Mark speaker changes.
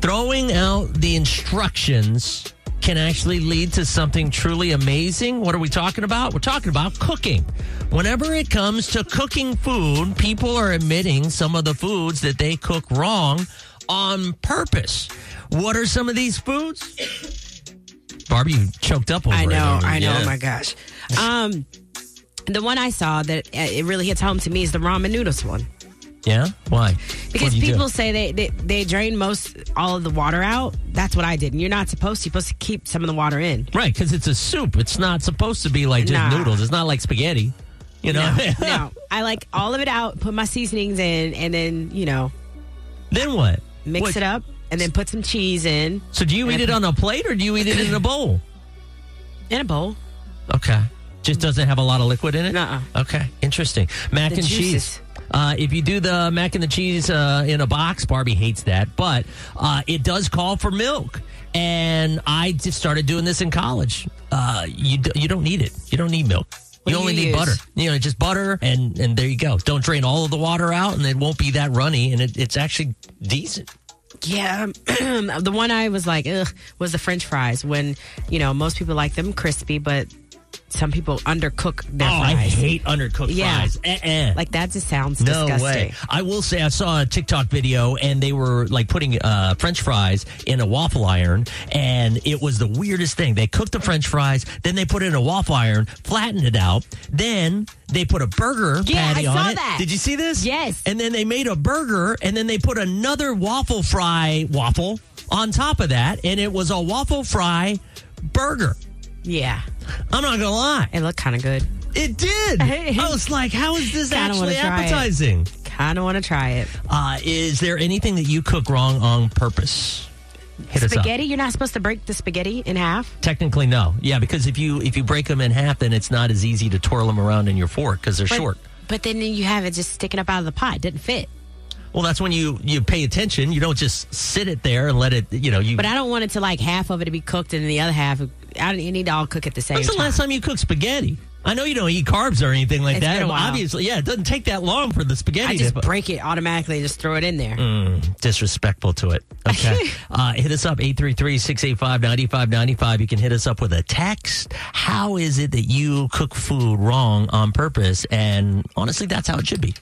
Speaker 1: throwing out the instructions can actually lead to something truly amazing. What are we talking about? We're talking about cooking. Whenever it comes to cooking food, people are admitting some of the foods that they cook wrong on purpose. What are some of these foods? Barbie, you choked up over
Speaker 2: I
Speaker 1: it,
Speaker 2: know,
Speaker 1: aren't you?
Speaker 2: I know.
Speaker 1: Yeah.
Speaker 2: Oh my gosh. Um, the one I saw that uh, it really hits home to me is the ramen noodles one
Speaker 1: Yeah? Why? What
Speaker 2: because
Speaker 1: do you do?
Speaker 2: people say they, they they drain most all of the water out. That's what I did. And you're not supposed to. You're supposed to keep some of the water in.
Speaker 1: Right, because it's a soup. It's not supposed to be like just
Speaker 2: Nah.
Speaker 1: noodles. It's not like spaghetti. You know?
Speaker 2: no, I like all of it out. Put my seasonings in, and then you know
Speaker 1: then what?
Speaker 2: mix
Speaker 1: What-
Speaker 2: it up, and then put some cheese in
Speaker 1: So do you eat it on a plate or do you eat it in a bowl?
Speaker 2: in a bowl.
Speaker 1: Okay. Just doesn't have a lot of liquid in it?
Speaker 2: Nuh-uh.
Speaker 1: Okay. Interesting. Mac
Speaker 2: The
Speaker 1: and cheese.
Speaker 2: juices.
Speaker 1: Uh, if you do the mac and the cheese uh, in a box, Barbie hates that, but uh, it does call for milk. And I just started doing this in college. Uh, you d- you don't need it. You don't need milk.
Speaker 2: What
Speaker 1: you
Speaker 2: do
Speaker 1: only
Speaker 2: you
Speaker 1: need
Speaker 2: use?
Speaker 1: butter. You know, just butter, and and there you go. Don't drain all of the water out, and it won't be that runny. And it, it's actually decent.
Speaker 2: Yeah, the one I was like, ugh, was the French fries. When you know most people like them crispy, but some people undercook their
Speaker 1: oh,
Speaker 2: fries.
Speaker 1: I hate undercooked
Speaker 2: Yeah.
Speaker 1: fries. Uh-uh.
Speaker 2: Like that just sounds
Speaker 1: No
Speaker 2: disgusting.
Speaker 1: way. I will say I saw a TikTok video and they were like putting uh, French fries in a waffle iron and it was the weirdest thing. They cooked the French fries, then they put it in a waffle iron, flattened it out, then they put a burger
Speaker 2: Yeah,
Speaker 1: patty
Speaker 2: I
Speaker 1: on
Speaker 2: saw
Speaker 1: it.
Speaker 2: that.
Speaker 1: Did you see this?
Speaker 2: Yes.
Speaker 1: And then they made a burger and then they put another waffle fry waffle on top of that and it was a waffle fry burger.
Speaker 2: Yeah,
Speaker 1: I'm not gonna lie.
Speaker 2: it looked kind of good.
Speaker 1: It did. I was like, how is this
Speaker 2: Kinda wanna
Speaker 1: actually
Speaker 2: try it.
Speaker 1: appetizing?
Speaker 2: Kind of want to try it.
Speaker 1: Uh, is there anything that you cook wrong on purpose? Hit us
Speaker 2: spaghetti, you're not supposed to break the spaghetti in half.
Speaker 1: up. Technically, no. Yeah, because if you if you break them in half, then it's not as easy to twirl them around in your fork because they're
Speaker 2: But,
Speaker 1: short.
Speaker 2: But then you have it just sticking up out of the pot. It didn't fit.
Speaker 1: Well, that's when you you pay attention. You don't just sit it there and let it. You know, you.
Speaker 2: But I don't want it to like half of it to be cooked and the other half. I don't, you need to all cook at the same
Speaker 1: When's the
Speaker 2: time.
Speaker 1: last time you cooked spaghetti? I know you don't eat carbs or anything like
Speaker 2: It's
Speaker 1: that.
Speaker 2: been a while.
Speaker 1: Obviously, yeah, it doesn't take that long for the spaghetti.
Speaker 2: I just
Speaker 1: to,
Speaker 2: break it automatically and just throw it in
Speaker 1: Mm.
Speaker 2: there.
Speaker 1: disrespectful to it. Okay. uh, hit us up 833-685-9595. You can hit us up with a text. How is it that you cook food wrong on purpose? And honestly, that's how it should be.